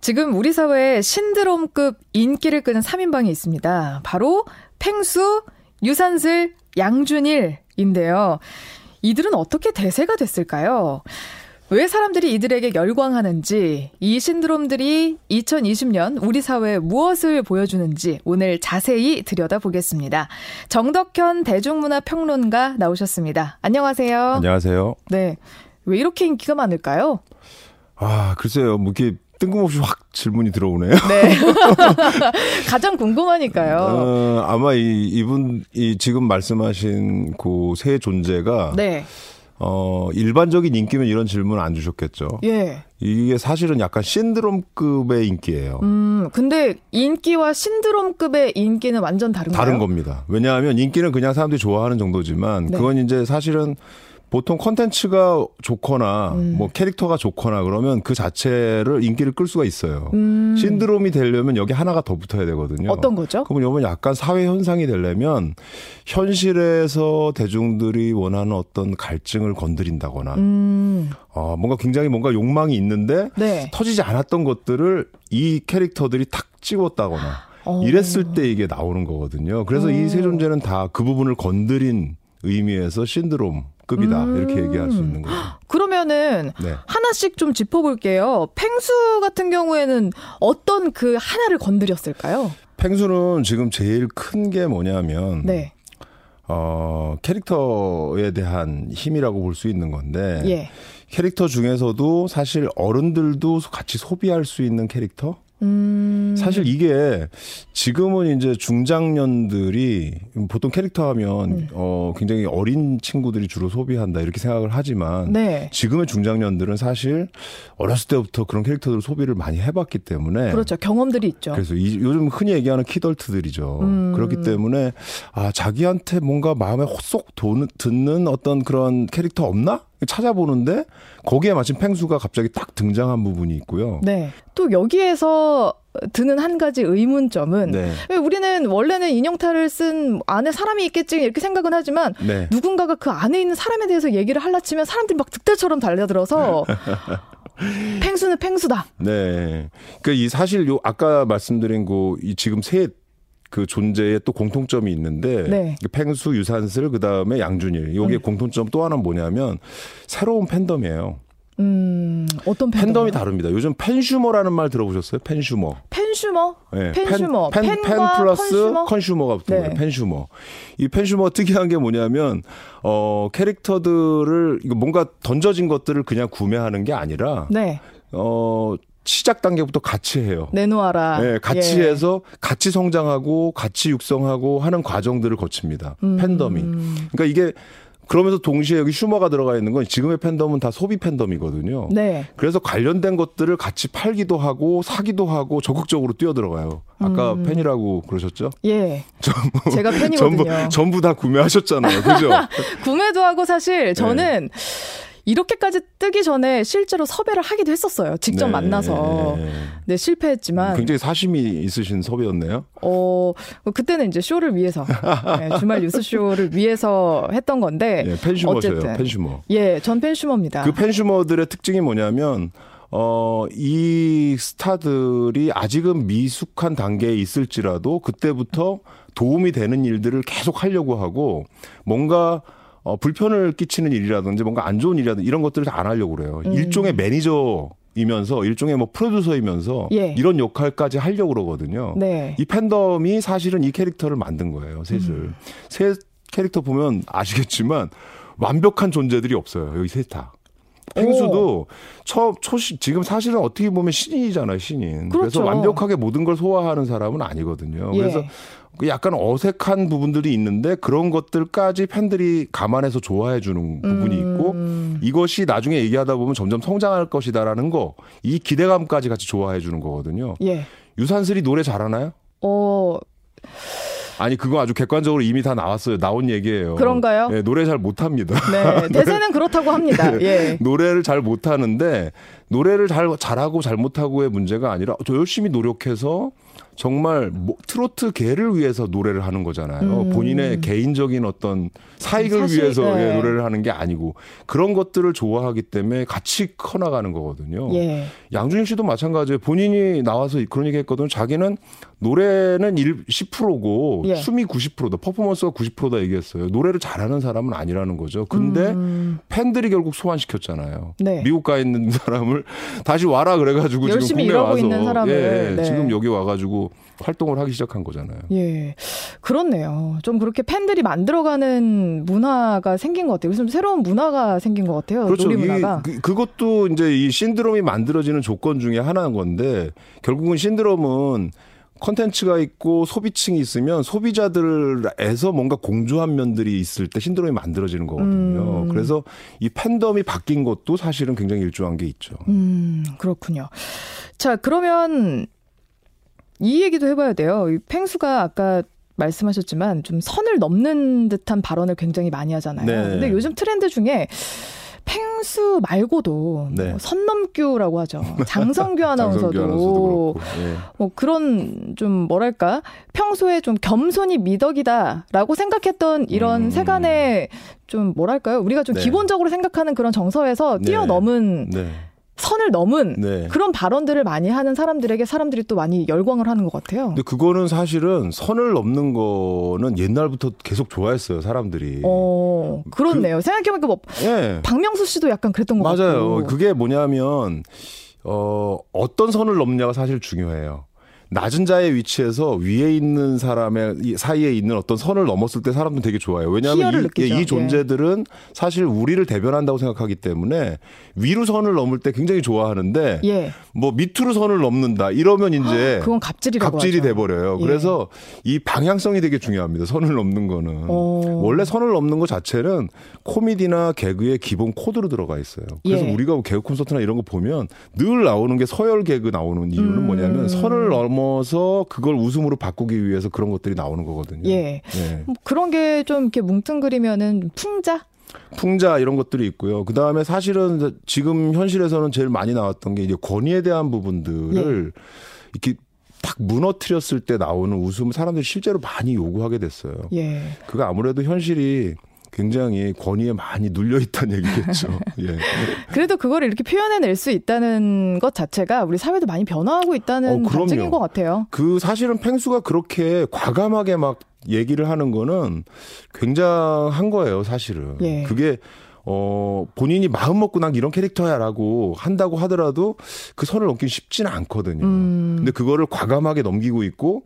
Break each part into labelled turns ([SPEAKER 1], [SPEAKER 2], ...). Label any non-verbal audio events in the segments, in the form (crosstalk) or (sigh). [SPEAKER 1] 지금 우리 사회에 신드롬급 인기를 끄는 3인방이 있습니다. 바로 팽수, 유산슬, 양준일인데요. 이들은 어떻게 대세가 됐을까요? 왜 사람들이 이들에게 열광하는지, 이 신드롬들이 2020년 우리 사회에 무엇을 보여주는지 오늘 자세히 들여다보겠습니다. 정덕현 대중문화평론가 나오셨습니다. 안녕하세요.
[SPEAKER 2] 안녕하세요.
[SPEAKER 1] 네. 왜 이렇게 인기가 많을까요?
[SPEAKER 2] 아, 글쎄요. 뭐 이렇게 뜬금없이 확 질문이 들어오네요.
[SPEAKER 1] 네. (laughs) 가장 궁금하니까요.
[SPEAKER 2] 어, 아마 이, 이분, 이 지금 말씀하신 그 세 존재가
[SPEAKER 1] 네.
[SPEAKER 2] 어, 일반적인 인기면 이런 질문 안 주셨겠죠.
[SPEAKER 1] 예.
[SPEAKER 2] 이게 사실은 약간 신드롬급의 인기예요.
[SPEAKER 1] 음, 근데 인기와 신드롬급의 인기는 완전 다른가요?
[SPEAKER 2] 다른 겁니다. 왜냐하면 인기는 그냥 사람들이 좋아하는 정도지만
[SPEAKER 1] 네.
[SPEAKER 2] 그건 이제 사실은 보통 컨텐츠가 좋거나
[SPEAKER 1] 음.
[SPEAKER 2] 뭐 캐릭터가 좋거나 그러면 그 자체를 인기를 끌 수가 있어요. 신드롬이 되려면 여기 하나가 더 붙어야 되거든요.
[SPEAKER 1] 음. 어떤 거죠?
[SPEAKER 2] 그러면 이건 약간 사회 현상이 되려면 현실에서 대중들이 원하는 어떤 갈증을 건드린다거나
[SPEAKER 1] 음,
[SPEAKER 2] 어, 뭔가 굉장히 뭔가 욕망이 있는데
[SPEAKER 1] 네.
[SPEAKER 2] 터지지 않았던 것들을 이 캐릭터들이 탁 찍었다거나
[SPEAKER 1] 어.
[SPEAKER 2] 이랬을 때 이게 나오는 거거든요. 그래서 이 세 존재는 다 그 부분을 건드린 의미에서 신드롬급이다
[SPEAKER 1] 음.
[SPEAKER 2] 이렇게 얘기할 수 있는 거죠.
[SPEAKER 1] 그러면은
[SPEAKER 2] 네.
[SPEAKER 1] 하나씩 좀 짚어볼게요. 팽수 같은 경우에는 어떤 그 하나를 건드렸을까요?
[SPEAKER 2] 펭수는 지금 제일 큰 게 뭐냐면
[SPEAKER 1] 네.
[SPEAKER 2] 어, 캐릭터에 대한 힘이라고 볼 수 있는 건데
[SPEAKER 1] 예.
[SPEAKER 2] 캐릭터 중에서도 사실 어른들도 같이 소비할 수 있는 캐릭터
[SPEAKER 1] 음,
[SPEAKER 2] 사실 이게 지금은 이제 중장년들이 보통 캐릭터 하면
[SPEAKER 1] 네.
[SPEAKER 2] 어 굉장히 어린 친구들이 주로 소비한다 이렇게 생각을 하지만
[SPEAKER 1] 네.
[SPEAKER 2] 지금의 중장년들은 사실 어렸을 때부터 그런 캐릭터들 소비를 많이 해봤기 때문에
[SPEAKER 1] 그렇죠. 경험들이 있죠.
[SPEAKER 2] 그래서 이, 요즘 흔히 얘기하는 키덜트들이죠.
[SPEAKER 1] 음.
[SPEAKER 2] 그렇기 때문에 아 자기한테 뭔가 마음에 쏙 도는, 듣는 어떤 그런 캐릭터 없나 찾아보는데 거기에 마침 펭수가 갑자기 딱 등장한 부분이 있고요.
[SPEAKER 1] 네. 또 여기에서 드는 한 가지 의문점은
[SPEAKER 2] 네.
[SPEAKER 1] 왜 우리는 원래는 인형탈을 쓴 안에 사람이 있겠지 이렇게 생각은 하지만
[SPEAKER 2] 네.
[SPEAKER 1] 누군가가 그 안에 있는 사람에 대해서 얘기를 할라치면 사람들이 막 득달처럼
[SPEAKER 2] (laughs)
[SPEAKER 1] 달려들어서 팽수는 팽수다.
[SPEAKER 2] 네. 그러니까 이 사실 요 아까 말씀드린 그이 지금 세 그 존재의 또 공통점이 있는데
[SPEAKER 1] 네.
[SPEAKER 2] 그 팽수 유산슬 그다음에 양준일. 요게 공통점 또 하나 는 뭐냐면 새로운 팬덤이에요.
[SPEAKER 1] 음 어떤 팬덤?
[SPEAKER 2] 팬덤이 다릅니다. 요즘 팬슈머라는 말 들어보셨어요? 팬슈머.
[SPEAKER 1] 팬슈머?
[SPEAKER 2] 예,
[SPEAKER 1] 팬슈머.
[SPEAKER 2] 팬, 팬, 팬
[SPEAKER 1] 팬과
[SPEAKER 2] 플러스
[SPEAKER 1] 컨슈머?
[SPEAKER 2] 컨슈머? 가 붙은
[SPEAKER 1] 네.
[SPEAKER 2] 거예요. 팬슈머. 이 팬슈머 특이한 게 뭐냐면 어 캐릭터들을 이거 뭔가 던져진 것들을 그냥 구매하는 게 아니라
[SPEAKER 1] 네
[SPEAKER 2] 어 시작 단계부터 같이 해요.
[SPEAKER 1] 내놓아라.
[SPEAKER 2] 예, 같이
[SPEAKER 1] 예.
[SPEAKER 2] 해서 같이 성장하고 같이 육성하고 하는 과정들을 거칩니다.
[SPEAKER 1] 음.
[SPEAKER 2] 팬덤이. 그러니까 이게 그러면서 동시에 여기 슈머가 들어가 있는 건 지금의 팬덤은 다 소비 팬덤이거든요.
[SPEAKER 1] 네.
[SPEAKER 2] 그래서 관련된 것들을 같이 팔기도 하고 사기도 하고 적극적으로 뛰어들어가요. 아까 팬이라고 그러셨죠?
[SPEAKER 1] 예.
[SPEAKER 2] 전부
[SPEAKER 1] 제가 음. 팬이거든요.
[SPEAKER 2] 전부 전부 다
[SPEAKER 1] (laughs)
[SPEAKER 2] 구매하셨잖아요. 그죠?
[SPEAKER 1] 구매도 하고
[SPEAKER 2] 네.
[SPEAKER 1] 사실 저는 이렇게까지 뜨기 전에 실제로 섭외를 하기도 했었어요. 직접
[SPEAKER 2] 네. 음,
[SPEAKER 1] 만나서. 네, 실패했지만
[SPEAKER 2] 굉장히 사심이 있으신 섭외였네요.
[SPEAKER 1] 어 그때는 이제 쇼를 위해서 네, 주말 뉴스 쇼를 위해서 했던 건데
[SPEAKER 2] (laughs) 예, 팬슈머셔요.
[SPEAKER 1] 네. 어쨌든.
[SPEAKER 2] 팬슈머.
[SPEAKER 1] 예, 전 팬슈머입니다.
[SPEAKER 2] 그 팬슈머들의 특징이 뭐냐면 어, 이 스타들이 아직은 미숙한 단계에 있을지라도 그때부터 도움이 되는 일들을 계속 하려고 하고 뭔가 어, 불편을 끼치는 일이라든지 뭔가 안 좋은 일이라든지 이런 것들을 안 하려고 그래요.
[SPEAKER 1] 음.
[SPEAKER 2] 일종의 매니저 이면서 일종의 뭐 프로듀서이면서
[SPEAKER 1] 예.
[SPEAKER 2] 이런 역할까지 하려고 그러거든요.
[SPEAKER 1] 네. 음.
[SPEAKER 2] 이 팬덤이 사실은 이 캐릭터를 만든 거예요. 셋을 셋 캐릭터 보면 아시겠지만 완벽한 존재들이 없어요. 여기 셋 다. 펭수도 처 초시 지금 사실은 어떻게 보면 신인이잖아요, 신인. 래서
[SPEAKER 1] 그렇죠.
[SPEAKER 2] 완벽하게 모든 걸 소화하는 사람은 아니거든요. 그래서
[SPEAKER 1] 예.
[SPEAKER 2] 그 약간 어색한 부분들이 있는데 그런 것들까지 팬들이 감안해서 좋아해 주는 부분이 있고
[SPEAKER 1] 음.
[SPEAKER 2] 이것이 나중에 얘기하다 보면 점점 성장할 것이다라는 거 이 기대감까지 같이 좋아해 주는 거거든요.
[SPEAKER 1] 예.
[SPEAKER 2] 유산슬이 노래 잘하나요?
[SPEAKER 1] 어,
[SPEAKER 2] 아니 그거 아주 객관적으로 이미 다 나왔어요. 나온 얘기예요.
[SPEAKER 1] 그런가요?
[SPEAKER 2] 예, 노래 잘 못합니다. (laughs)
[SPEAKER 1] 네. 대세는 그렇다고 합니다.
[SPEAKER 2] 네.
[SPEAKER 1] 예.
[SPEAKER 2] 노래를 잘 못하는데 노래를 잘 잘하고 잘 못하고의 문제가 아니라 저 열심히 노력해서 정말 뭐, 트로트 개를 위해서 노래를 하는 거잖아요.
[SPEAKER 1] 음.
[SPEAKER 2] 본인의 개인적인 어떤 사익을
[SPEAKER 1] 사실,
[SPEAKER 2] 위해서
[SPEAKER 1] 네.
[SPEAKER 2] 예, 노래를 하는 게 아니고 그런 것들을 좋아하기 때문에 같이 커나가는 거거든요.
[SPEAKER 1] 예.
[SPEAKER 2] 양준일 씨도 마찬가지예요. 본인이 나와서 그런 얘기 했거든요. 자기는 노래는 1, 10%고
[SPEAKER 1] 예.
[SPEAKER 2] 춤이 90%다. 퍼포먼스가 90%다 얘기했어요. 노래를 잘하는 사람은 아니라는 거죠. 근데
[SPEAKER 1] 음,
[SPEAKER 2] 팬들이 결국 소환시켰잖아요.
[SPEAKER 1] 네.
[SPEAKER 2] 미국 가 있는 (laughs) 사람을 다시 와라 그래가지고 지금
[SPEAKER 1] 열심히
[SPEAKER 2] 국내
[SPEAKER 1] 일하고
[SPEAKER 2] 와서
[SPEAKER 1] 있는 사람을,
[SPEAKER 2] 예, 예.
[SPEAKER 1] 네.
[SPEAKER 2] 지금 여기 와가지고 활동을 하기 시작한 거잖아요.
[SPEAKER 1] 예. 그렇네요. 좀 그렇게 팬들이 만들어가는 문화가 생긴 것 같아요. 요즘 새로운 문화가 생긴 것 같아요.
[SPEAKER 2] 그렇죠.
[SPEAKER 1] 놀이
[SPEAKER 2] 이,
[SPEAKER 1] 문화가.
[SPEAKER 2] 그, 그것도 이제 이 신드롬이 만들어지는 조건 중에 하나인 건데 결국은 신드롬은 컨텐츠가 있고 소비층이 있으면 소비자들에서 뭔가 공조한 면들이 있을 때 신드롬이 만들어지는 거거든요.
[SPEAKER 1] 음.
[SPEAKER 2] 그래서 이 팬덤이 바뀐 것도 사실은 굉장히 일조한 게 있죠.
[SPEAKER 1] 음, 그렇군요. 자, 그러면 이 얘기도 해봐야 돼요. 이 펭수가 아까 말씀하셨지만 좀 선을 넘는 듯한 발언을 굉장히 많이 하잖아요.
[SPEAKER 2] 네.
[SPEAKER 1] 근데 요즘 트렌드 중에 펭수 말고도
[SPEAKER 2] 네.
[SPEAKER 1] 뭐 선넘규라고
[SPEAKER 2] (laughs)
[SPEAKER 1] 하죠. 장성규 아나운서도,
[SPEAKER 2] 장성규 아나운서도 그렇고. 예.
[SPEAKER 1] 뭐 그런 좀 뭐랄까 평소에 좀 겸손이 미덕이다라고 생각했던 이런
[SPEAKER 2] 음.
[SPEAKER 1] 세간의 좀 뭐랄까요 우리가 좀
[SPEAKER 2] 네.
[SPEAKER 1] 기본적으로 생각하는 그런 정서에서
[SPEAKER 2] 네.
[SPEAKER 1] 뛰어넘은
[SPEAKER 2] 네.
[SPEAKER 1] 선을 넘은
[SPEAKER 2] 네.
[SPEAKER 1] 그런 발언들을 많이 하는 사람들에게 사람들이 또 많이 열광을 하는 것 같아요.
[SPEAKER 2] 근데 그거는 사실은 선을 넘는 거는 옛날부터 계속 좋아했어요, 사람들이.
[SPEAKER 1] 어 그렇네요. 생각해보니까 뭐
[SPEAKER 2] 예.
[SPEAKER 1] 박명수 씨도 약간 그랬던 것 같아요.
[SPEAKER 2] 맞아요. 그게 뭐냐면 어 어떤 선을 넘냐가 사실 중요해요. 낮은 자의 위치에서 위에 있는 사람의 이 사이에 있는 어떤 선을 넘었을 때 사람들 되게 좋아해요.
[SPEAKER 1] 희열을
[SPEAKER 2] 왜냐하면 이, 예,
[SPEAKER 1] 느끼죠.
[SPEAKER 2] 이 존재들은 사실 우리를 대변한다고 생각하기 때문에 위로 선을 넘을 때 굉장히 좋아하는데
[SPEAKER 1] 예, 아,
[SPEAKER 2] 뭐 밑으로 선을 넘는다 이러면 이제
[SPEAKER 1] 그건 갑질이라고
[SPEAKER 2] 갑질이
[SPEAKER 1] 하죠.
[SPEAKER 2] 돼버려요.
[SPEAKER 1] 예.
[SPEAKER 2] 그래서 이 방향성이 되게 중요합니다. 선을 넘는 거는
[SPEAKER 1] 어.
[SPEAKER 2] 원래 선을 넘는 거 자체는 코미디나 개그의 기본 코드로 들어가 있어요. 그래서
[SPEAKER 1] 예.
[SPEAKER 2] 우리가 개그 콘서트나 이런 거 보면 늘 나오는 게 서열 개그 나오는 이유는
[SPEAKER 1] 음.
[SPEAKER 2] 뭐냐면 선을 넘어서 그걸 웃음으로 바꾸기 위해서 그런 것들이 나오는 거거든요.
[SPEAKER 1] 예.
[SPEAKER 2] 예.
[SPEAKER 1] 뭐 그런 게 좀 이렇게 뭉뚱그리면은 풍자
[SPEAKER 2] 풍자 이런 것들이 있고요. 그 다음에 사실은 지금 현실에서는 제일 많이 나왔던 게 이제 권위에 대한 부분들을 이렇게 딱 무너뜨렸을 때 나오는 웃음 을 사람들이 실제로 많이 요구하게 됐어요.
[SPEAKER 1] 예.
[SPEAKER 2] 그거 아무래도 현실이 굉장히 권위에 많이 눌려 있다는 얘기겠죠. 예.
[SPEAKER 1] 그래도 그걸 이렇게 표현해낼 수 있다는 것 자체가 우리 사회도 많이 변화하고
[SPEAKER 2] 어,
[SPEAKER 1] 있다는
[SPEAKER 2] 그럼요.
[SPEAKER 1] 반증인 것 같아요.
[SPEAKER 2] 그 사실은 펭수가 그렇게 과감하게 막 얘기를 하는 거는 굉장한 거예요, 사실은.
[SPEAKER 1] 예.
[SPEAKER 2] 그게 어 본인이 마음 먹고 난 이런 캐릭터야라고 한다고 하더라도 그 선을 넘기 쉽지는 않거든요.
[SPEAKER 1] 음.
[SPEAKER 2] 근데 그거를 과감하게 넘기고 있고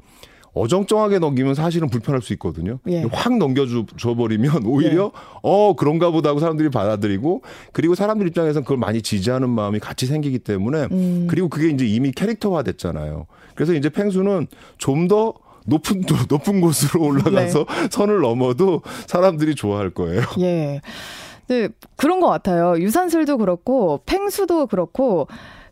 [SPEAKER 2] 어정쩡하게 넘기면 사실은 불편할 수 있거든요.
[SPEAKER 1] 예.
[SPEAKER 2] 확 넘겨줘 버리면 (laughs) 오히려 어 그런가 보다 하고 사람들이 받아들이고 그리고 사람들 입장에서는 그걸 많이 지지하는 마음이 같이 생기기 때문에
[SPEAKER 1] 음.
[SPEAKER 2] 그리고 그게 이제 이미 캐릭터화 됐잖아요. 그래서 이제 펭수는 좀 더 높은 도- 높은 곳으로 올라가서 (laughs) 선을 넘어도 사람들이 좋아할 거예요.
[SPEAKER 1] 예. 네, 그런 것 같아요. 유산슬도 그렇고 팽수도 그렇고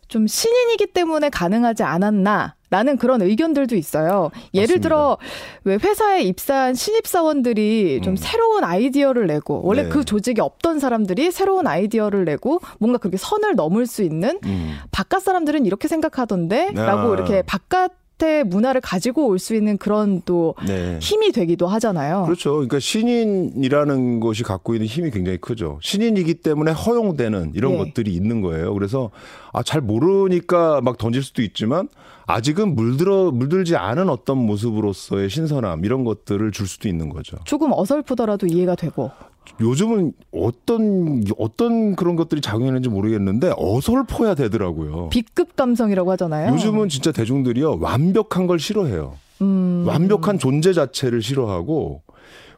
[SPEAKER 1] 좀 신인이기 때문에 가능하지 않았나. 라는 그런 의견들도 있어요. 예를
[SPEAKER 2] 맞습니다.
[SPEAKER 1] 들어 왜 회사에 입사한 신입 사원들이 좀
[SPEAKER 2] 음.
[SPEAKER 1] 새로운 아이디어를 내고 원래
[SPEAKER 2] 네.
[SPEAKER 1] 그 조직에 없던 사람들이 새로운 아이디어를 내고 뭔가 그렇게 선을 넘을 수 있는
[SPEAKER 2] 음.
[SPEAKER 1] 바깥 사람들은 이렇게
[SPEAKER 2] 아.
[SPEAKER 1] 생각하던데라고 이렇게 바깥의 문화를 가지고 올 수 있는 그런 또
[SPEAKER 2] 네.
[SPEAKER 1] 힘이 되기도 하잖아요.
[SPEAKER 2] 그렇죠. 그러니까 신인이라는 것이 갖고 있는 힘이 굉장히 크죠. 신인이기 때문에 허용되는 이런
[SPEAKER 1] 예.
[SPEAKER 2] 것들이 있는 거예요. 그래서 아, 잘 모르니까 막 던질 수도 있지만 아직은 물들어 물들지 않은 어떤 모습으로서의 신선함 이런 것들을 줄 수도 있는 거죠.
[SPEAKER 1] 조금 어설프더라도 이해가 되고
[SPEAKER 2] 요즘은 어떤 어떤 그런 것들이 작용했는지 모르겠는데 어설퍼야 되더라고요.
[SPEAKER 1] B급 감성이라고 하잖아요.
[SPEAKER 2] 뭐. 요즘은 진짜 대중들이요 완벽한 걸 싫어해요.
[SPEAKER 1] 음,
[SPEAKER 2] 완벽한 존재 자체를 싫어하고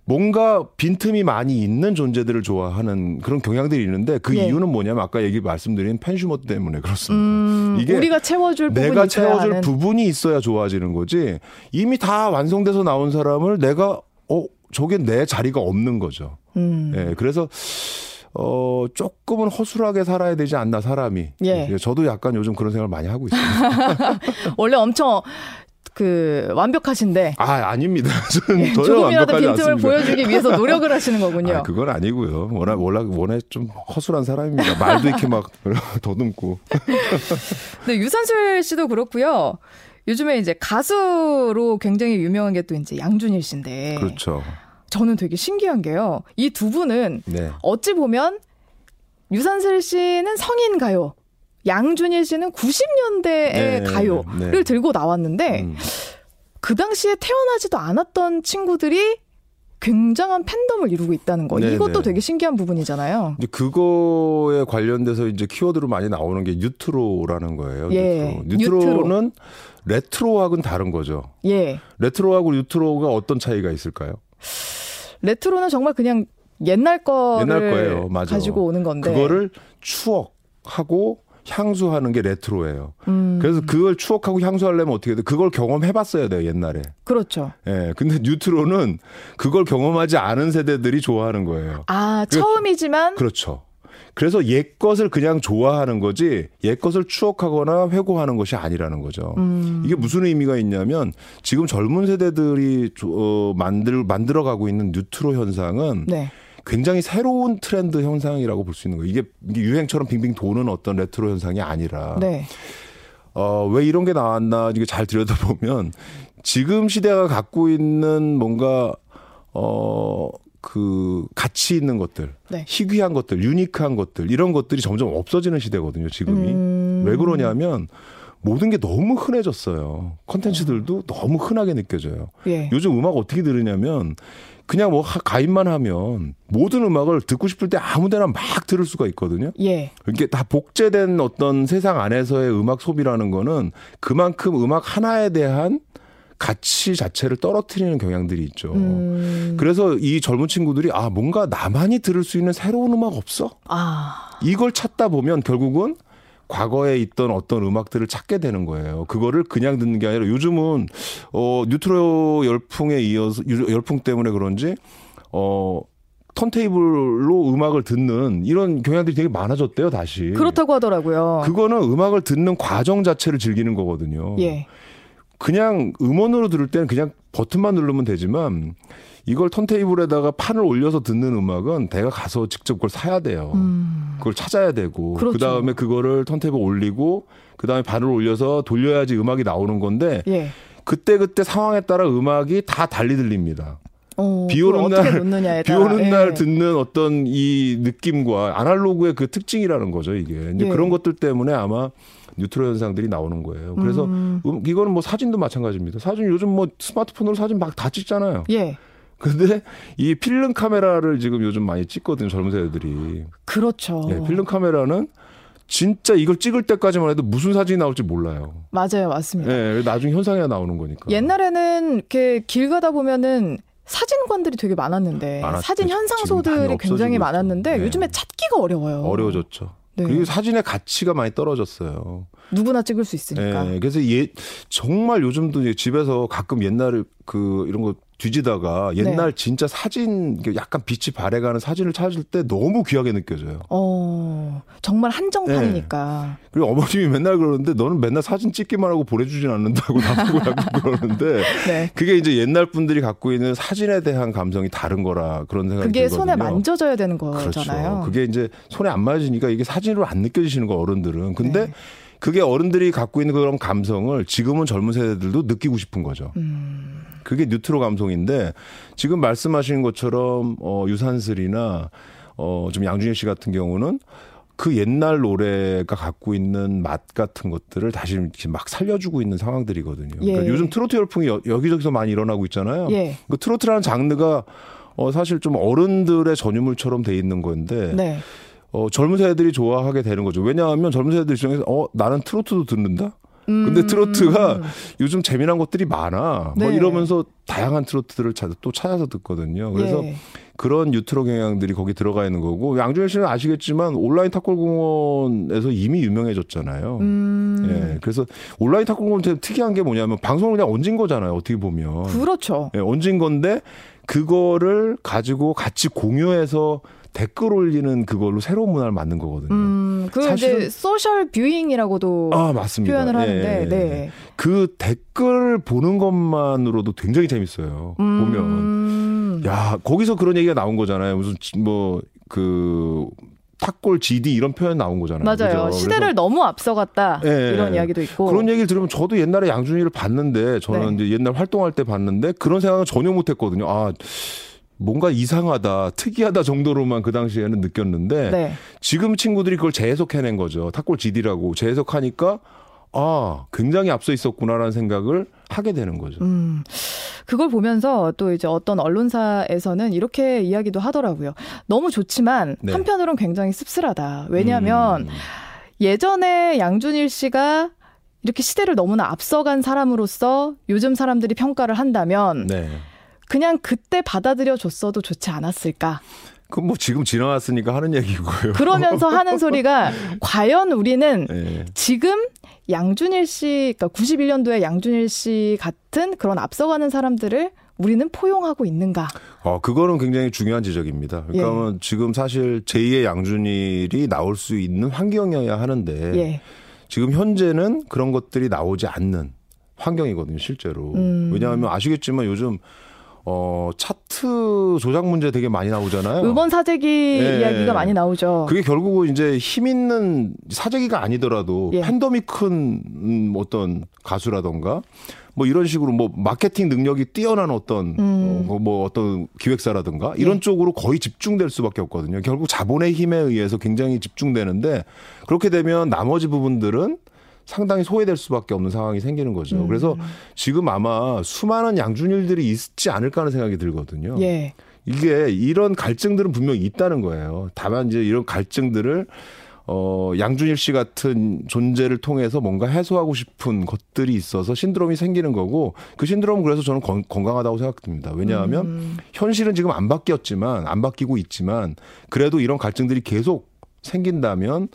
[SPEAKER 2] 뭔가 빈틈이 많이 있는 존재들을 좋아하는 그런 경향들이 있는데 그
[SPEAKER 1] 예.
[SPEAKER 2] 이유는 뭐냐면 아까 얘기 말씀드린 펜슈머 때문에 그렇습니다.
[SPEAKER 1] 음,
[SPEAKER 2] 이게
[SPEAKER 1] 우리가 채워줄 부분이
[SPEAKER 2] 내가
[SPEAKER 1] 있어야
[SPEAKER 2] 채워줄
[SPEAKER 1] 하는.
[SPEAKER 2] 부분이 있어야 좋아지는 거지 이미 다 완성돼서 나온 사람을 내가 어 저게 내 자리가 없는 거죠.
[SPEAKER 1] 음,
[SPEAKER 2] 예, 그래서 어 조금은 허술하게 살아야 되지 않나 사람이.
[SPEAKER 1] 예.
[SPEAKER 2] 저도 약간 요즘 그런 생각을 많이 하고 있어요.
[SPEAKER 1] 원래 엄청 그 완벽하신데
[SPEAKER 2] 아 아닙니다. (laughs) 저는
[SPEAKER 1] 예,
[SPEAKER 2] 전혀
[SPEAKER 1] 조금이라도
[SPEAKER 2] 완벽하지
[SPEAKER 1] 빈틈을
[SPEAKER 2] 않습니다.
[SPEAKER 1] 보여주기 위해서 노력을 하시는 거군요.
[SPEAKER 2] 아, 그건 아니고요. 워낙 워낙 워낙 좀 허술한 사람입니다. 말도 이렇게 막 (laughs) 더듬고.
[SPEAKER 1] 네, 유산슬 씨도 그렇고요. 요즘에 이제 가수로 굉장히 유명한 게 또 이제 양준일 씨인데
[SPEAKER 2] 그렇죠.
[SPEAKER 1] 저는 되게 신기한 게요. 이 두 분은
[SPEAKER 2] 네.
[SPEAKER 1] 어찌 보면 유산슬 씨는 성인 가요, 양준일 씨는 90년대의
[SPEAKER 2] 네,
[SPEAKER 1] 가요를
[SPEAKER 2] 네.
[SPEAKER 1] 들고 나왔는데
[SPEAKER 2] 음.
[SPEAKER 1] 그 당시에 태어나지도 않았던 친구들이 굉장한 팬덤을 이루고 있다는 거.
[SPEAKER 2] 네,
[SPEAKER 1] 이것도
[SPEAKER 2] 네.
[SPEAKER 1] 되게 신기한 부분이잖아요.
[SPEAKER 2] 이제 그거에 관련돼서 이제 키워드로 많이 나오는 게 뉴트로라는 거예요.
[SPEAKER 1] 예,
[SPEAKER 2] 뉴트로.
[SPEAKER 1] 뉴트로.
[SPEAKER 2] 뉴트로는 레트로하고는 다른 거죠.
[SPEAKER 1] 예.
[SPEAKER 2] 레트로하고 뉴트로가 어떤 차이가 있을까요?
[SPEAKER 1] 레트로는 정말 그냥 옛날 거를
[SPEAKER 2] 옛날 거예요. 맞아.
[SPEAKER 1] 가지고 오는 건데.
[SPEAKER 2] 그거를 추억하고 향수하는 게 레트로예요.
[SPEAKER 1] 음,
[SPEAKER 2] 그래서 그걸 추억하고 향수하려면 어떻게 돼? 그걸 경험해봤어야 돼요 옛날에.
[SPEAKER 1] 그렇죠.
[SPEAKER 2] 예. 근데 뉴트로는 그걸 경험하지 않은 세대들이 좋아하는 거예요.
[SPEAKER 1] 아,
[SPEAKER 2] 그-
[SPEAKER 1] 처음이지만
[SPEAKER 2] 그렇죠. 그래서 옛 것을 그냥 좋아하는 거지 옛 것을 추억하거나 회고하는 것이 아니라는 거죠.
[SPEAKER 1] 음.
[SPEAKER 2] 이게 무슨 의미가 있냐면 지금 젊은 세대들이 조- 어, 만들 만들어가고 있는 뉴트로 현상은
[SPEAKER 1] 네.
[SPEAKER 2] 굉장히 새로운 트렌드 현상이라고 볼 수 있는 거예요. 이게, 이게 유행처럼 빙빙 도는 어떤 레트로 현상이 아니라
[SPEAKER 1] 네.
[SPEAKER 2] 어, 왜 이런 게 나왔나 이게 잘 들여다보면 지금 시대가 갖고 있는 뭔가 어, 그 가치 있는 것들,
[SPEAKER 1] 네.
[SPEAKER 2] 희귀한 것들, 유니크한 것들 이런 것들이 점점 없어지는 시대거든요. 지금이
[SPEAKER 1] 음.
[SPEAKER 2] 왜 그러냐면 모든 게 너무 흔해졌어요. 컨텐츠들도 너무 흔하게 느껴져요.
[SPEAKER 1] 예.
[SPEAKER 2] 요즘 음악 어떻게 들으냐면 그냥 뭐 하- 가입만 하면 모든 음악을 듣고 싶을 때 아무데나 막 들을 수가 있거든요.
[SPEAKER 1] 예.
[SPEAKER 2] 이게 다 복제된 어떤 세상 안에서의 음악 소비라는 거는 그만큼 음악 하나에 대한 가치 자체를 떨어뜨리는 경향들이 있죠.
[SPEAKER 1] 음.
[SPEAKER 2] 그래서 이 젊은 친구들이 아 뭔가 나만이 들을 수 있는 새로운 음악 없어?
[SPEAKER 1] 아.
[SPEAKER 2] 이걸 찾다 보면 결국은 과거에 있던 어떤 음악들을 찾게 되는 거예요. 그거를 그냥 듣는 게 아니라 요즘은 어 뉴트로 열풍에 이어서 유- 열풍 때문에 그런지 어 턴테이블로 음악을 듣는 이런 경향들이 되게 많아졌대요, 다시.
[SPEAKER 1] 그렇다고 하더라고요.
[SPEAKER 2] 예. 그거는 어. 음악을 듣는 과정 자체를 즐기는 거거든요.
[SPEAKER 1] 예.
[SPEAKER 2] 그냥 음원으로 들을 때는 그냥 버튼만 누르면 되지만 이걸 턴테이블에다가 판을 올려서 듣는 음악은 내가 가서 직접 그걸 사야 돼요.
[SPEAKER 1] 음.
[SPEAKER 2] 그걸 찾아야 되고
[SPEAKER 1] 그렇죠.
[SPEAKER 2] 그 다음에 그거를 턴테이블 올리고 그 다음에 반을 올려서 돌려야지 음악이 나오는 건데
[SPEAKER 1] 예.
[SPEAKER 2] 그때 그때 상황에 따라 음악이 다 달리 들립니다.
[SPEAKER 1] 어,
[SPEAKER 2] 비 오는
[SPEAKER 1] 그걸 어떻게
[SPEAKER 2] 날-
[SPEAKER 1] 놓느냐에
[SPEAKER 2] 비
[SPEAKER 1] 따라.
[SPEAKER 2] 오는
[SPEAKER 1] 예.
[SPEAKER 2] 날 듣는 어떤 이 느낌과 아날로그의 그 특징이라는 거죠 이게 이제
[SPEAKER 1] 예.
[SPEAKER 2] 그런 것들 때문에 아마 뉴트로 현상들이 나오는 거예요. 그래서
[SPEAKER 1] 음.
[SPEAKER 2] 음, 이거는 뭐 사진도 마찬가지입니다. 사진 요즘 뭐 스마트폰으로 사진 막 다 찍잖아요.
[SPEAKER 1] 예.
[SPEAKER 2] 근데 이 필름 카메라를 지금 요즘 많이 찍거든요 젊은 세대들이.
[SPEAKER 1] 그렇죠.
[SPEAKER 2] 예, 필름 카메라는 진짜 이걸 찍을 때까지만 해도 무슨 사진이 나올지 몰라요.
[SPEAKER 1] 맞아요.
[SPEAKER 2] 예,
[SPEAKER 1] 맞습니다.
[SPEAKER 2] 그래서 나중에 현상이 나오는 거니까.
[SPEAKER 1] 네. 옛날에는 이렇게 길 가다 보면은 사진관들이 되게 많았는데
[SPEAKER 2] 많았죠.
[SPEAKER 1] 사진
[SPEAKER 2] 지금 많이
[SPEAKER 1] 현상소들이
[SPEAKER 2] 없어지고
[SPEAKER 1] 굉장히
[SPEAKER 2] 있죠.
[SPEAKER 1] 많았는데
[SPEAKER 2] 네.
[SPEAKER 1] 요즘에 찾기가 어려워요.
[SPEAKER 2] 어려워졌죠.
[SPEAKER 1] 네.
[SPEAKER 2] 그리고 사진의 가치가 많이 떨어졌어요.
[SPEAKER 1] 누구나 찍을 수
[SPEAKER 2] 그
[SPEAKER 1] 있으니까.
[SPEAKER 2] 그래서 예, 정말 요즘도 이제 집에서 가끔 옛날 그 이런 거 뒤지다가
[SPEAKER 1] 네.
[SPEAKER 2] 옛날 진짜 사진 그 약간 빛이 발해가는 사진을 찾을 때 너무 귀하게 느껴져요.
[SPEAKER 1] 어, 정말 한정판이니까.
[SPEAKER 2] 그리고 어머님이 맨날 그러는데 너는 맨날 사진 찍기만 하고 보내주진 않는다고 (laughs) 나보고 자꾸 그러는데
[SPEAKER 1] 네.
[SPEAKER 2] 그게 이제 옛날 분들이 갖고 있는 사진에 대한 감성이 다른 거라 그런 생각이
[SPEAKER 1] 그게
[SPEAKER 2] 들거든요.
[SPEAKER 1] 손에 만져져야 되는 거잖아요.
[SPEAKER 2] 그렇죠. 그게 이제 손에 안 맞으니까 이게 사진으로 안 느껴지시는 거 어른들은. 근데
[SPEAKER 1] 네.
[SPEAKER 2] 그게 어른들이 갖고 있는 그런 감성을 지금은 젊은 세대들도 느끼고 싶은 거죠.
[SPEAKER 1] 음,
[SPEAKER 2] 그게 뉴트로 감성인데 지금 말씀하신 것처럼 어 유산슬이나 어좀 양준일 씨 같은 경우는 그 옛날 노래가 갖고 있는 맛 같은 것들을 다시 이렇게 막 살려주고 있는 상황들이거든요.
[SPEAKER 1] 예.
[SPEAKER 2] 그러니까 요즘 트로트 열풍이 여, 기저기서 많이 일어나고 있잖아요.
[SPEAKER 1] 예.
[SPEAKER 2] 그 트로트라는 장르가 어 사실 좀 어른들의 전유물처럼 돼 있는
[SPEAKER 1] 네.
[SPEAKER 2] 건데 어 젊은 세대들이 좋아하게 되는 거죠. 왜냐하면 젊은 세대들 중에서 어 나는 트로트도 듣는다. 근데
[SPEAKER 1] 음,
[SPEAKER 2] 트로트가 요즘 재미난 것들이 많아. 뭐
[SPEAKER 1] 네.
[SPEAKER 2] 이러면서 다양한 트로트들을 찾아, 또 찾아서 듣거든요. 그래서
[SPEAKER 1] 예.
[SPEAKER 2] 그런 유트로 경향들이 거기 들어가 있는 거고 양준일 씨는 아시겠지만 온라인 탁골공원에서 이미 유명해졌잖아요.
[SPEAKER 1] 음,
[SPEAKER 2] 예, 그래서 온라인 탁골공원 되게 특이한 게 뭐냐면 방송을 그냥 얹은 거잖아요. 어떻게 보면
[SPEAKER 1] 그렇죠.
[SPEAKER 2] 예, 얹은 건데 그거를 가지고 같이 공유해서 댓글 올리는 그걸로 새로운 문화를 만든 거거든요.
[SPEAKER 1] 음, 그 이제
[SPEAKER 2] 네. 사실은-
[SPEAKER 1] 소셜 뷰잉이라고도
[SPEAKER 2] 아 맞습니다.
[SPEAKER 1] 표현을
[SPEAKER 2] 예,
[SPEAKER 1] 하는데,
[SPEAKER 2] 예, 예.
[SPEAKER 1] 네.
[SPEAKER 2] 그 댓글 보는 것만으로도 굉장히 재밌어요. 보면
[SPEAKER 1] 음,
[SPEAKER 2] 야 거기서 그런 얘기가 나온 거잖아요. 무슨 지- 뭐 그. 탁골 GD 이런 표현 나온 거잖아요.
[SPEAKER 1] 맞아요.
[SPEAKER 2] 그죠?
[SPEAKER 1] 시대를 너무 앞서갔다
[SPEAKER 2] 예,
[SPEAKER 1] 이런
[SPEAKER 2] 예.
[SPEAKER 1] 이야기도 있고.
[SPEAKER 2] 그래서 그런 얘기를 들으면 저도 옛날에 양준이를 봤는데 저는
[SPEAKER 1] 네.
[SPEAKER 2] 이제 옛날 활동할 때 봤는데 그런 생각은 전혀 못했거든요. 아 뭔가 이상하다, 특이하다 정도로만 그 당시에는 느꼈는데
[SPEAKER 1] 네.
[SPEAKER 2] 지금 친구들이 그걸 재해석해낸 거죠. 탁골 GD라고 재해석하니까 아 굉장히 앞서 있었구나라는 생각을 하게 되는 거죠.
[SPEAKER 1] 음, 그걸 보면서 또 이제 어떤 언론사에서는 이렇게 이야기도 하더라고요. 너무 좋지만
[SPEAKER 2] 네.
[SPEAKER 1] 한편으론 굉장히 씁쓸하다. 왜냐하면
[SPEAKER 2] 음.
[SPEAKER 1] 예전에 양준일 씨가 이렇게 시대를 너무나 앞서간 사람으로서 요즘 사람들이 평가를 한다면
[SPEAKER 2] 네.
[SPEAKER 1] 그냥 그때 받아들여 줬어도 좋지 않았을까.
[SPEAKER 2] 그럼 뭐 지금 지나왔으니까 하는 얘기고요.
[SPEAKER 1] 그러면서 하는
[SPEAKER 2] (laughs)
[SPEAKER 1] 소리가 과연 우리는
[SPEAKER 2] 예. 지
[SPEAKER 1] 지금 양준일 씨, 그러니까 91년도에 양준일 씨 같은 그런 앞서가는 사람들을 우리는 포용하고 있는가?
[SPEAKER 2] 어 그거는 굉장히 중요한 지적입니다. 그러니까
[SPEAKER 1] 예.
[SPEAKER 2] 지금 사실 제2의 양준일이 나올 수 있는 환경이어야 하는데
[SPEAKER 1] 예,
[SPEAKER 2] 지금 현재는 그런 것들이 나오지 않는 환경이거든요, 실제로.
[SPEAKER 1] 음.
[SPEAKER 2] 왜냐하면 아시겠지만 요즘 어 차트 조작 문제 되게 많이 나오잖아요.
[SPEAKER 1] 음원 사재기
[SPEAKER 2] 어. 예.
[SPEAKER 1] 이야기가 많이 나오죠.
[SPEAKER 2] 그게 결국은 이제 힘 있는 사재기가 아니더라도
[SPEAKER 1] 예.
[SPEAKER 2] 팬덤이 큰 음, 어떤 가수라던가 뭐 이런 식으로 뭐 마케팅 능력이 뛰어난 어떤
[SPEAKER 1] 음.
[SPEAKER 2] 어, 뭐 어떤 기획사라든가 이런
[SPEAKER 1] 예.
[SPEAKER 2] 쪽으로 거의 집중될 수밖에 없거든요. 결국 자본의 힘에 의해서 굉장히 집중되는데 그렇게 되면 나머지 부분들은 상당히 소외될 수밖에 없는 상황이 생기는 거죠. 그래서
[SPEAKER 1] 음.
[SPEAKER 2] 지금 아마 수많은 양준일들이 있지 않을까 하는 생각이 들거든요.
[SPEAKER 1] 예,
[SPEAKER 2] 이게 이런 갈증들은 분명히 있다는 거예요. 다만 이제 이런 갈증들을 어, 양준일 씨 같은 존재를 통해서 뭔가 해소하고 싶은 것들이 있어서 신드롬이 생기는 거고 그 신드롬은 그래서 저는 건, 건강하다고 생각됩니다. 왜냐하면 현실은 지금 안 바뀌었지만 안 바뀌고 있지만 그래도 이런 갈증들이 계속 생긴다면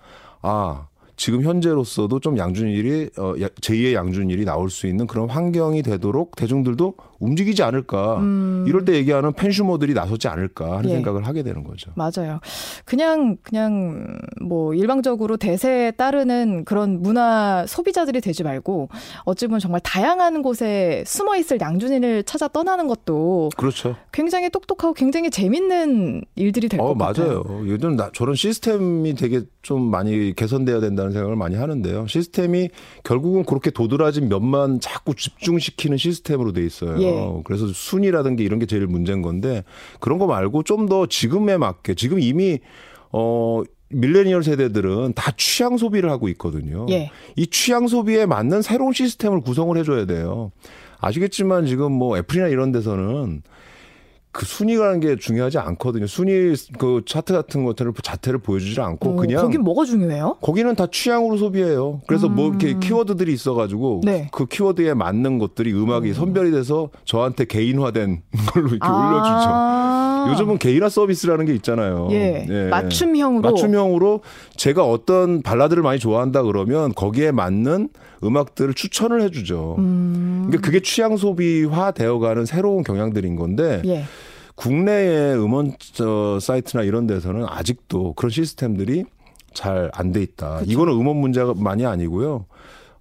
[SPEAKER 2] 아 지금 현재로서도 좀 양준일이 어, 야- 제2의 양준일이 나올 수 있는 그런 환경이 되도록 대중들도 움직이지 않을까 이럴 때 얘기하는 팬슈머들이 나서지 않을까 하는
[SPEAKER 1] 예.
[SPEAKER 2] 생각을 하게 되는 거죠.
[SPEAKER 1] 맞아요. 그냥 그냥 뭐 일방적으로 대세에 따르는 그런 문화 소비자들이 되지 말고 어찌 보면 정말 다양한 곳에 숨어 있을 양준일을 찾아 떠나는 것도
[SPEAKER 2] 그렇죠.
[SPEAKER 1] 굉장히 똑똑하고 굉장히 재밌는 일들이 될 것
[SPEAKER 2] 어
[SPEAKER 1] 같아요.
[SPEAKER 2] 맞아요. 요즘 나, 저런 시스템이 되게 좀 많이 개선돼야 된다는 생각을 많이 하는데요. 시스템이 결국은 그렇게 도드라진 면만 자꾸 집중시키는 시스템으로 돼 있어요.
[SPEAKER 1] 예.
[SPEAKER 2] 그래서 순위라든가 이런 게 제일 문제인 건데 그런 거 말고 좀 더 지금에 맞게 지금 이미 어 밀레니얼 세대들은 다 취향 소비를 하고 있거든요.
[SPEAKER 1] 예.
[SPEAKER 2] 이 취향 소비에 맞는 새로운 시스템을 구성을 해줘야 돼요. 아시겠지만 지금 뭐 애플이나 이런 데서는 그 순위라는 게 중요하지 않거든요. 순위 그 차트 같은 것들을 자태를 보여주지 않고
[SPEAKER 1] 어,
[SPEAKER 2] 그냥
[SPEAKER 1] 거긴 뭐가 중요해요?
[SPEAKER 2] 거기는 다 취향으로 소비해요. 그래서 뭐 이렇게 키워드들이 있어가지고
[SPEAKER 1] 네.
[SPEAKER 2] 그 키워드에 맞는 것들이 음악이 선별이 돼서 저한테 개인화된 (laughs) 걸로 이렇게 올려주죠. 요즘은 개인화 서비스라는 게 있잖아요.
[SPEAKER 1] 아. 예, 맞춤형으로
[SPEAKER 2] 맞춤형으로 제가 어떤 발라드를 많이 좋아한다 그러면 거기에 맞는 음악들을 추천을 해주죠.
[SPEAKER 1] 음,
[SPEAKER 2] 그러니까 그게 취향 소비화 되어가는 새로운 경향들인 건데
[SPEAKER 1] 예.
[SPEAKER 2] 국내의 음원 저, 사이트나 이런 데서는 아직도 그런 시스템들이 잘 안 돼 있다. 이거는 음원 문제만이 아니고요.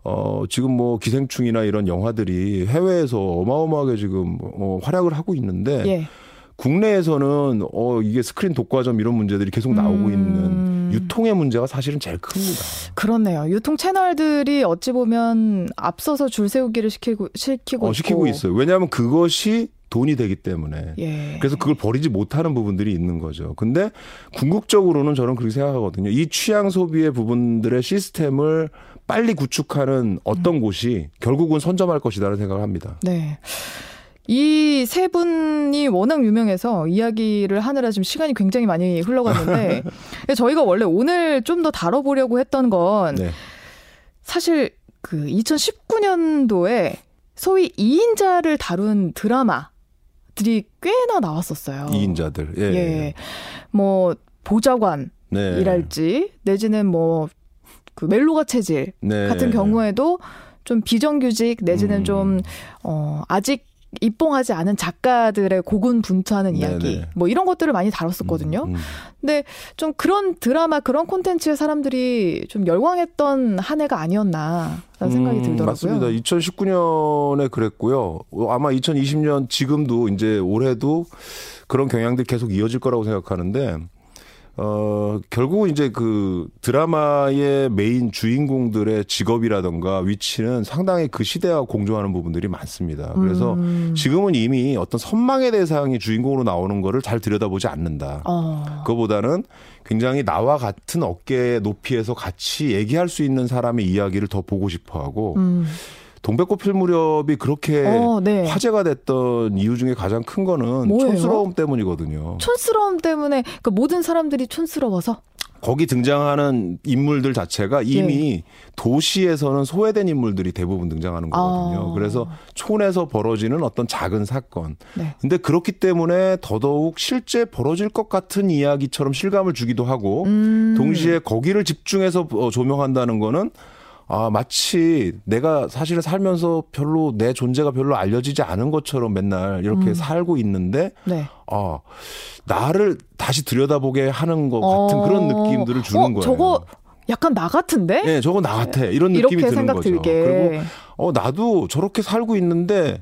[SPEAKER 2] 어, 지금 뭐 기생충이나 이런 영화들이 해외에서 어마어마하게 지금 어, 활약을 하고 있는데
[SPEAKER 1] 예.
[SPEAKER 2] 국내에서는 어, 이게 스크린 독과점 이런 문제들이 계속 나오고
[SPEAKER 1] 음.
[SPEAKER 2] 있는 유통의 문제가 사실은 제일 큽니다.
[SPEAKER 1] 그렇네요. 유통 채널들이 어찌 보면 앞서서 줄 세우기를 시키고 시키고
[SPEAKER 2] 어, 시키고
[SPEAKER 1] 있고.
[SPEAKER 2] 있어요. 왜냐하면 그것이 돈이 되기 때문에.
[SPEAKER 1] 예.
[SPEAKER 2] 그래서 그걸 버리지 못하는 부분들이 있는 거죠. 근데 궁극적으로는 저는 그렇게 생각하거든요. 이 취향 소비의 부분들의 시스템을 빨리 구축하는
[SPEAKER 1] 음.
[SPEAKER 2] 어떤 곳이 결국은 선점할 것이다라는 생각을 합니다.
[SPEAKER 1] 네. 이 세 분이 워낙 유명해서 이야기를 하느라 지금 시간이 굉장히 많이
[SPEAKER 2] (laughs)
[SPEAKER 1] 흘러갔는데 저희가 원래 오늘 좀 더 다뤄보려고 했던 건
[SPEAKER 2] 네.
[SPEAKER 1] 사실 그 2019년도에 소위 2인자를 다룬 드라마들이 꽤나 나왔었어요.
[SPEAKER 2] 이인자들. 예.
[SPEAKER 1] 예. 뭐 보좌관이랄지
[SPEAKER 2] 네.
[SPEAKER 1] 내지는 뭐 그 멜로가 체질
[SPEAKER 2] 네.
[SPEAKER 1] 같은 경우에도 좀 비정규직 내지는
[SPEAKER 2] 음.
[SPEAKER 1] 좀 어, 아직 입봉하지 않은 작가들의 고군분투하는 이야기
[SPEAKER 2] 네네.
[SPEAKER 1] 뭐 이런 것들을 많이 다뤘었거든요.
[SPEAKER 2] 음, 음.
[SPEAKER 1] 근데 좀 그런 드라마 그런 콘텐츠에 사람들이 좀 열광했던 한 해가 아니었나라는 생각이
[SPEAKER 2] 음,
[SPEAKER 1] 들더라고요.
[SPEAKER 2] 맞습니다. 2019년에 그랬고요. 어, 아마 2020년 지금도 이제 올해도 그런 경향들이 계속 이어질 거라고 생각하는데 어, 결국 이제 그 드라마의 메인 주인공들의 직업이라던가 위치는 상당히 그 시대와 공존하는 부분들이 많습니다. 그래서
[SPEAKER 1] 음.
[SPEAKER 2] 지금은 이미 어떤 선망의 대상이 주인공으로 나오는 거를 잘 들여다보지 않는다.
[SPEAKER 1] 어.
[SPEAKER 2] 그거보다는 굉장히 나와 같은 어깨 높이에서 같이 얘기할 수 있는 사람의 이야기를 더 보고 싶어 하고
[SPEAKER 1] 음.
[SPEAKER 2] 동백꽃 필 무렵이 그렇게
[SPEAKER 1] 어, 네.
[SPEAKER 2] 예. 화제가 됐던 이유 중에 가장 큰 거는
[SPEAKER 1] 뭐예요?
[SPEAKER 2] 촌스러움 때문이거든요.
[SPEAKER 1] 촌스러움 때문에 그 모든 사람들이 촌스러워서
[SPEAKER 2] 거기 등장하는 인물들 자체가
[SPEAKER 1] 네.
[SPEAKER 2] 이미 도시에서는 소외된 인물들이 대부분 등장하는 거거든요.
[SPEAKER 1] 아.
[SPEAKER 2] 그래서 촌에서 벌어지는 어떤 작은 사건.
[SPEAKER 1] 네.
[SPEAKER 2] 근데 그렇기 때문에 더더욱 실제 벌어질 것 같은 이야기처럼 실감을 주기도 하고
[SPEAKER 1] 음.
[SPEAKER 2] 동시에 거기를 집중해서 어, 조명한다는 거는 아, 마치 내가 사실은 살면서 별로 내 존재가 별로 알려지지 않은 것처럼 맨날 이렇게
[SPEAKER 1] 음.
[SPEAKER 2] 살고 있는데
[SPEAKER 1] 네.
[SPEAKER 2] 아, 나를 다시 들여다보게 하는 것뭐 같은
[SPEAKER 1] 어.
[SPEAKER 2] 그런 느낌들을 주는
[SPEAKER 1] 어,
[SPEAKER 2] 거예요.
[SPEAKER 1] 저거 약간 나 같은데?
[SPEAKER 2] 예, 저거 나 같아. 이런 느낌이
[SPEAKER 1] 이렇게
[SPEAKER 2] 드는
[SPEAKER 1] 생각
[SPEAKER 2] 거죠.
[SPEAKER 1] 들게.
[SPEAKER 2] 그리고 어 나도 저렇게 살고 있는데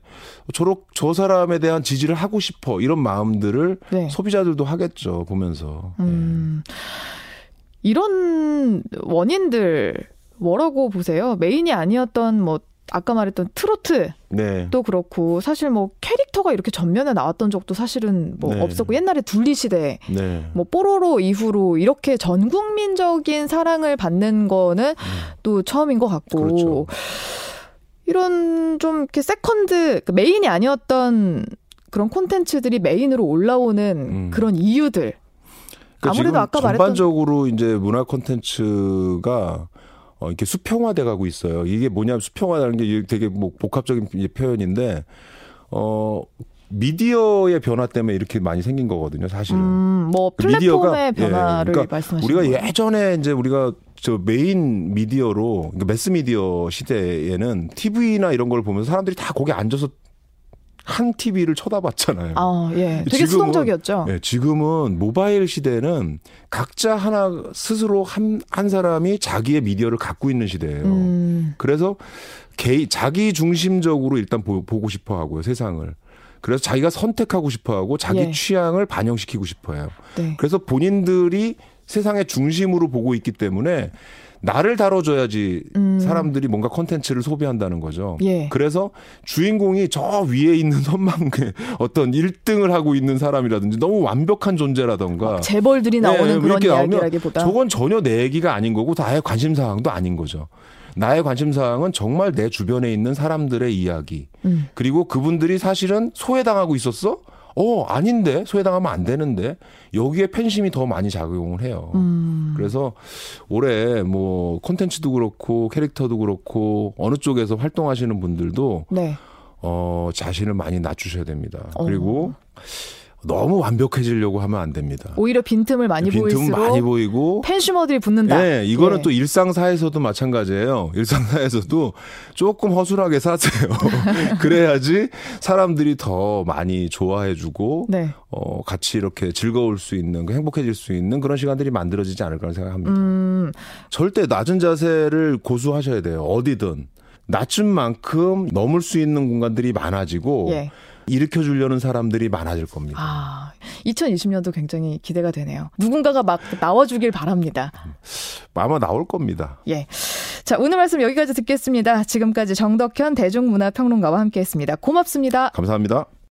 [SPEAKER 2] 저렇 저 사람에 대한 지지를 하고 싶어 이런 마음들을
[SPEAKER 1] 네.
[SPEAKER 2] 소비자들도 하겠죠 보면서. 예.
[SPEAKER 1] 음, 이런 원인들 뭐라고 보세요? 메인이 아니었던 뭐 아까 말했던 트로트도
[SPEAKER 2] 네.
[SPEAKER 1] 그렇고 사실 뭐 캐릭터가 이렇게 전면에 나왔던 적도 사실은 뭐
[SPEAKER 2] 네.
[SPEAKER 1] 없었고 옛날에 둘리 시대
[SPEAKER 2] 네.
[SPEAKER 1] 뭐 뽀로로 이후로 이렇게 전 국민적인 사랑을 받는 거는 또 처음인 것 같고
[SPEAKER 2] 그렇죠.
[SPEAKER 1] 이런 좀 이렇게 세컨드 그 메인이 아니었던 그런 콘텐츠들이 메인으로 올라오는
[SPEAKER 2] 음.
[SPEAKER 1] 그런 이유들
[SPEAKER 2] 그러니까
[SPEAKER 1] 아무래도
[SPEAKER 2] 지금
[SPEAKER 1] 아까 말했던-
[SPEAKER 2] 전반적으로 이제 문화 콘텐츠가 어, 이렇게 수평화돼 가고 있어요. 이게 뭐냐면 수평화라는 게 이게 되게 뭐 복합적인 이제 표현인데 어 미디어의 변화 때문에 이렇게 많이 생긴 거거든요, 사실은.
[SPEAKER 1] 음, 뭐
[SPEAKER 2] 그
[SPEAKER 1] 플랫폼의
[SPEAKER 2] 미디어가-
[SPEAKER 1] 변화를
[SPEAKER 2] 예, 그러니까
[SPEAKER 1] 말씀하시는
[SPEAKER 2] 우리가
[SPEAKER 1] 거예요.
[SPEAKER 2] 예전에 이제 우리가 저 메인 미디어로 그러니까 매스미디어 시대에는 TV나 이런 걸 보면서 사람들이 다 거기 앉아서 한 TV를 쳐다봤잖아요.
[SPEAKER 1] 아, 예. 되게
[SPEAKER 2] 지금은-
[SPEAKER 1] 수동적이었죠.
[SPEAKER 2] 예, 지금은 모바일 시대는 각자 하나 스스로 한, 한 사람이 자기의 미디어를 갖고 있는 시대예요.
[SPEAKER 1] 음,
[SPEAKER 2] 그래서 개 자기 중심적으로 일단 보, 고 싶어 하고요, 세상을. 그래서 자기가 선택하고 싶어 하고 자기
[SPEAKER 1] 예.
[SPEAKER 2] 취향을 반영시키고 싶어 해요.
[SPEAKER 1] 네.
[SPEAKER 2] 그래서 본인들이 세상의 중심으로 보고 있기 때문에 나를 다뤄줘야지
[SPEAKER 1] 음.
[SPEAKER 2] 사람들이 뭔가 컨텐츠를 소비한다는 거죠.
[SPEAKER 1] 예.
[SPEAKER 2] 그래서 주인공이 저 위에 있는 (laughs) 선망의 어떤 1등을 하고 있는 사람이라든지 너무 완벽한 존재라던가
[SPEAKER 1] 재벌들이
[SPEAKER 2] 예,
[SPEAKER 1] 나오는
[SPEAKER 2] 예,
[SPEAKER 1] 그런
[SPEAKER 2] 이렇게 나오면
[SPEAKER 1] 이야기라기보다
[SPEAKER 2] 저건 전혀 내 얘기가 아닌 거고 나의 관심 사항도 아닌 거죠. 나의 관심 사항은 정말 내 주변에 있는 사람들의 이야기.
[SPEAKER 1] 음.
[SPEAKER 2] 그리고 그분들이 사실은 소외당하고 있었어? 어, 아닌데. 소외당하면 안 되는데. 여기에 팬심이 더 많이 작용을 해요.
[SPEAKER 1] 음,
[SPEAKER 2] 그래서 올해 뭐 콘텐츠도 그렇고 캐릭터도 그렇고 어느 쪽에서 활동하시는 분들도
[SPEAKER 1] 네.
[SPEAKER 2] 어, 자신을 많이 낮추셔야 됩니다.
[SPEAKER 1] 어.
[SPEAKER 2] 그리고 너무 완벽해지려고 하면 안 됩니다.
[SPEAKER 1] 오히려 빈틈을 많이
[SPEAKER 2] 빈틈
[SPEAKER 1] 보일수록
[SPEAKER 2] 많이 보이고
[SPEAKER 1] 팬슈머들이 붙는다.
[SPEAKER 2] 네, 이거는
[SPEAKER 1] 예.
[SPEAKER 2] 또 일상사에서도 마찬가지예요. 일상사에서도 조금 허술하게 사세요. (laughs) 그래야지 사람들이 더 많이 좋아해주고
[SPEAKER 1] 네.
[SPEAKER 2] 어, 같이 이렇게 즐거울 수 있는, 행복해질 수 있는 그런 시간들이 만들어지지 않을까 생각합니다.
[SPEAKER 1] 음,
[SPEAKER 2] 절대 낮은 자세를 고수하셔야 돼요. 어디든. 낮은 만큼 넘을 수 있는 공간들이 많아지고
[SPEAKER 1] 예.
[SPEAKER 2] 일으켜 주려는 사람들이 많아질 겁니다.
[SPEAKER 1] 아, 2020년도 굉장히 기대가 되네요. 누군가가 막 나와주길 바랍니다.
[SPEAKER 2] 아마 나올 겁니다.
[SPEAKER 1] 예. 자, 오늘 말씀 여기까지 듣겠습니다. 지금까지 정덕현 대중문화평론가와 함께했습니다. 고맙습니다.
[SPEAKER 2] 감사합니다.